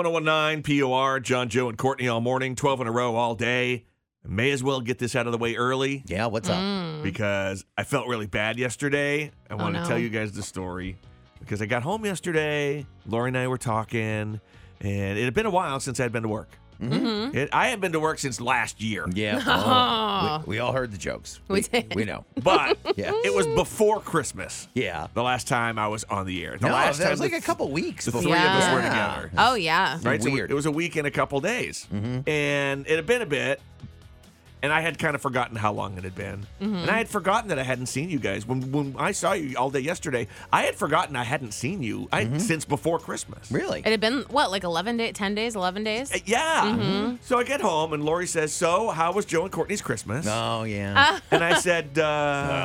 1019 POR, John, Joe, and Courtney all morning, 12 in a row all day. I may as well get this out of the way early Yeah, what's up? Mm. because I felt really bad yesterday. Oh, I want no. to tell you guys the story because I got home yesterday. Lori and I were talking, and it had been a while since I'd been to work. Hmm? Mm. Mm-hmm. It, I had been to work since last year, Yeah. Oh. we, we all heard the jokes. We did. We know. but Yeah. it was before Christmas. Yeah. The last time I was on the air. The no, last that time was like the- a couple weeks the before. three of us were Yeah. together. Oh yeah. right? So Weird. it was a week and a couple days, Mhm. and it had been a bit, and I had kind of forgotten how long it had been, Mm-hmm. and I had forgotten that I hadn't seen you guys when when I saw you all day yesterday. I had forgotten I hadn't seen you I, since before Christmas. Mm-hmm. Really? It had been what, like eleven days, ten days, eleven days. Uh, Yeah. Mm-hmm. So I get home and Lori says, "So how was Joe and Courtney's Christmas?" Oh yeah. And I said, uh,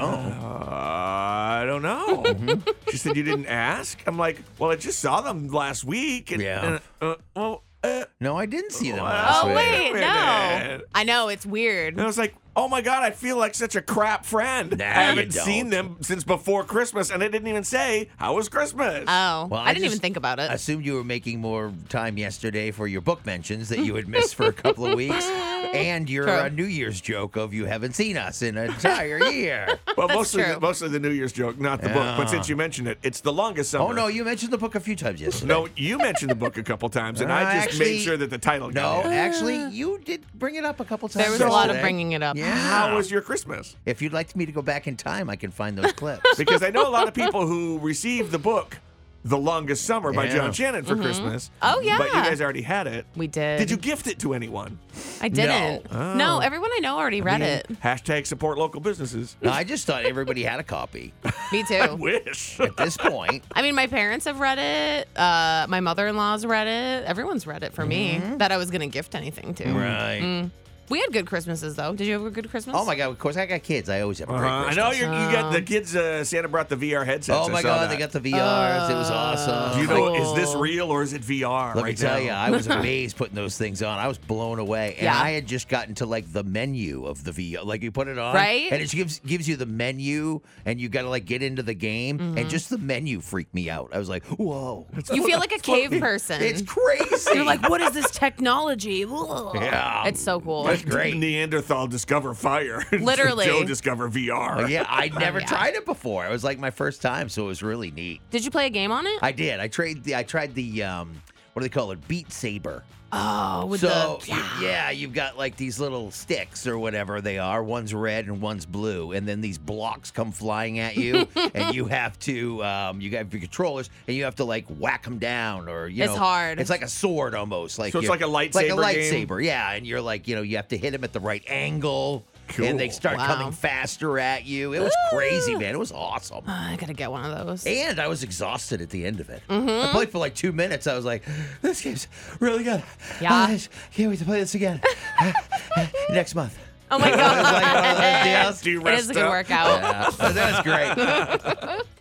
I don't know. Mm-hmm. She said, You didn't ask? I'm like, Well, I just saw them last week. And, Yeah. and, uh, well, uh, no, I didn't see them Oh, last oh week. wait, Wait a no. minute. I know it's weird. And I was like, oh my God, I feel like such a crap friend. Nah, I you haven't don't. seen them since before Christmas, and I didn't even say, how was Christmas? Oh, Well, I, I didn't even just- think about it. I assumed you were making more time yesterday for your book mentions that you had missed for a couple of weeks, and your True. uh, New Year's joke of you haven't seen us in an entire year. well, mostly, true. mostly the New Year's joke, not the book. But Yeah. since you mentioned it, it's the longest summer. oh no, you mentioned the book a few times yesterday. No, you mentioned the book a couple times, and I Uh, just actually- made sure that the title No, got in. actually, you did bring it up a couple times. there was a lot of yesterday. bringing it up. Yeah. How was your Christmas? If you'd like me to go back in time, I can find those clips. Because I know a lot of people who received the book, The Longest Summer by Yeah. John Shannon, for Christmas. Oh, yeah. But you guys already had it. We did. Did you gift it to anyone? I didn't. No, Oh. everyone I know already read it. Hashtag support local businesses. No, I just thought everybody had a copy Me I too. wish. at this point. I mean, my parents have read it. Uh, my mother-in-law's read it. Everyone's read it for me that I was going to gift anything to. Mm-hmm. Right. Mm. We had good Christmases though. Did you have a good Christmas? Oh my God! Of course, I got kids. I always have a great Uh-huh. I Christmas. know you're, you got the kids. Uh, Santa brought the VR headsets. Oh I my saw God! that. They got the VRs. it was Oh. awesome. Do you know? Is Cool. this real or is it VR? Let right me tell now? you, I was amazed putting those things on. I was blown away, and Yeah. I had just gotten to like the menu of the VR. Like you put it on, Right? And it gives gives you the menu, and you got to like get into the game. Mm-hmm. And just the menu freaked me out. I was like, whoa, You feel like a cave person. it's crazy. You're like, what is this technology? Ugh. Yeah. It's so cool. That's great. Neanderthal discover fire. Literally. Joe discover VR. yeah, I never yeah. tried it before. It was like my first time, so it was really neat. Did you play a game on it? I did. I tried the I tried the um what do they call it? Beat Saber. oh, with so the y- yeah. you've got like these little sticks or whatever they are. One's red and one's blue, and then these blocks come flying at you, and you have to um you got your controllers, and you have to like whack them down or you It's know hard. It's like a sword almost. Like So it's you- like a like a lightsaber game? lightsaber. Yeah, and you're like you know you have to hit them at the right angle. And they Cool. start Wow. coming faster at you. It was crazy, man. It was awesome. Ah, I gotta get one of those. And I was exhausted at the end of it. I played for like two minutes. I was like, this game's really good. Yeah. I just can't wait to play this again next month. Oh my I was like, god. one of those deals. Do you it is rest a good up? workout. Yeah. That was great.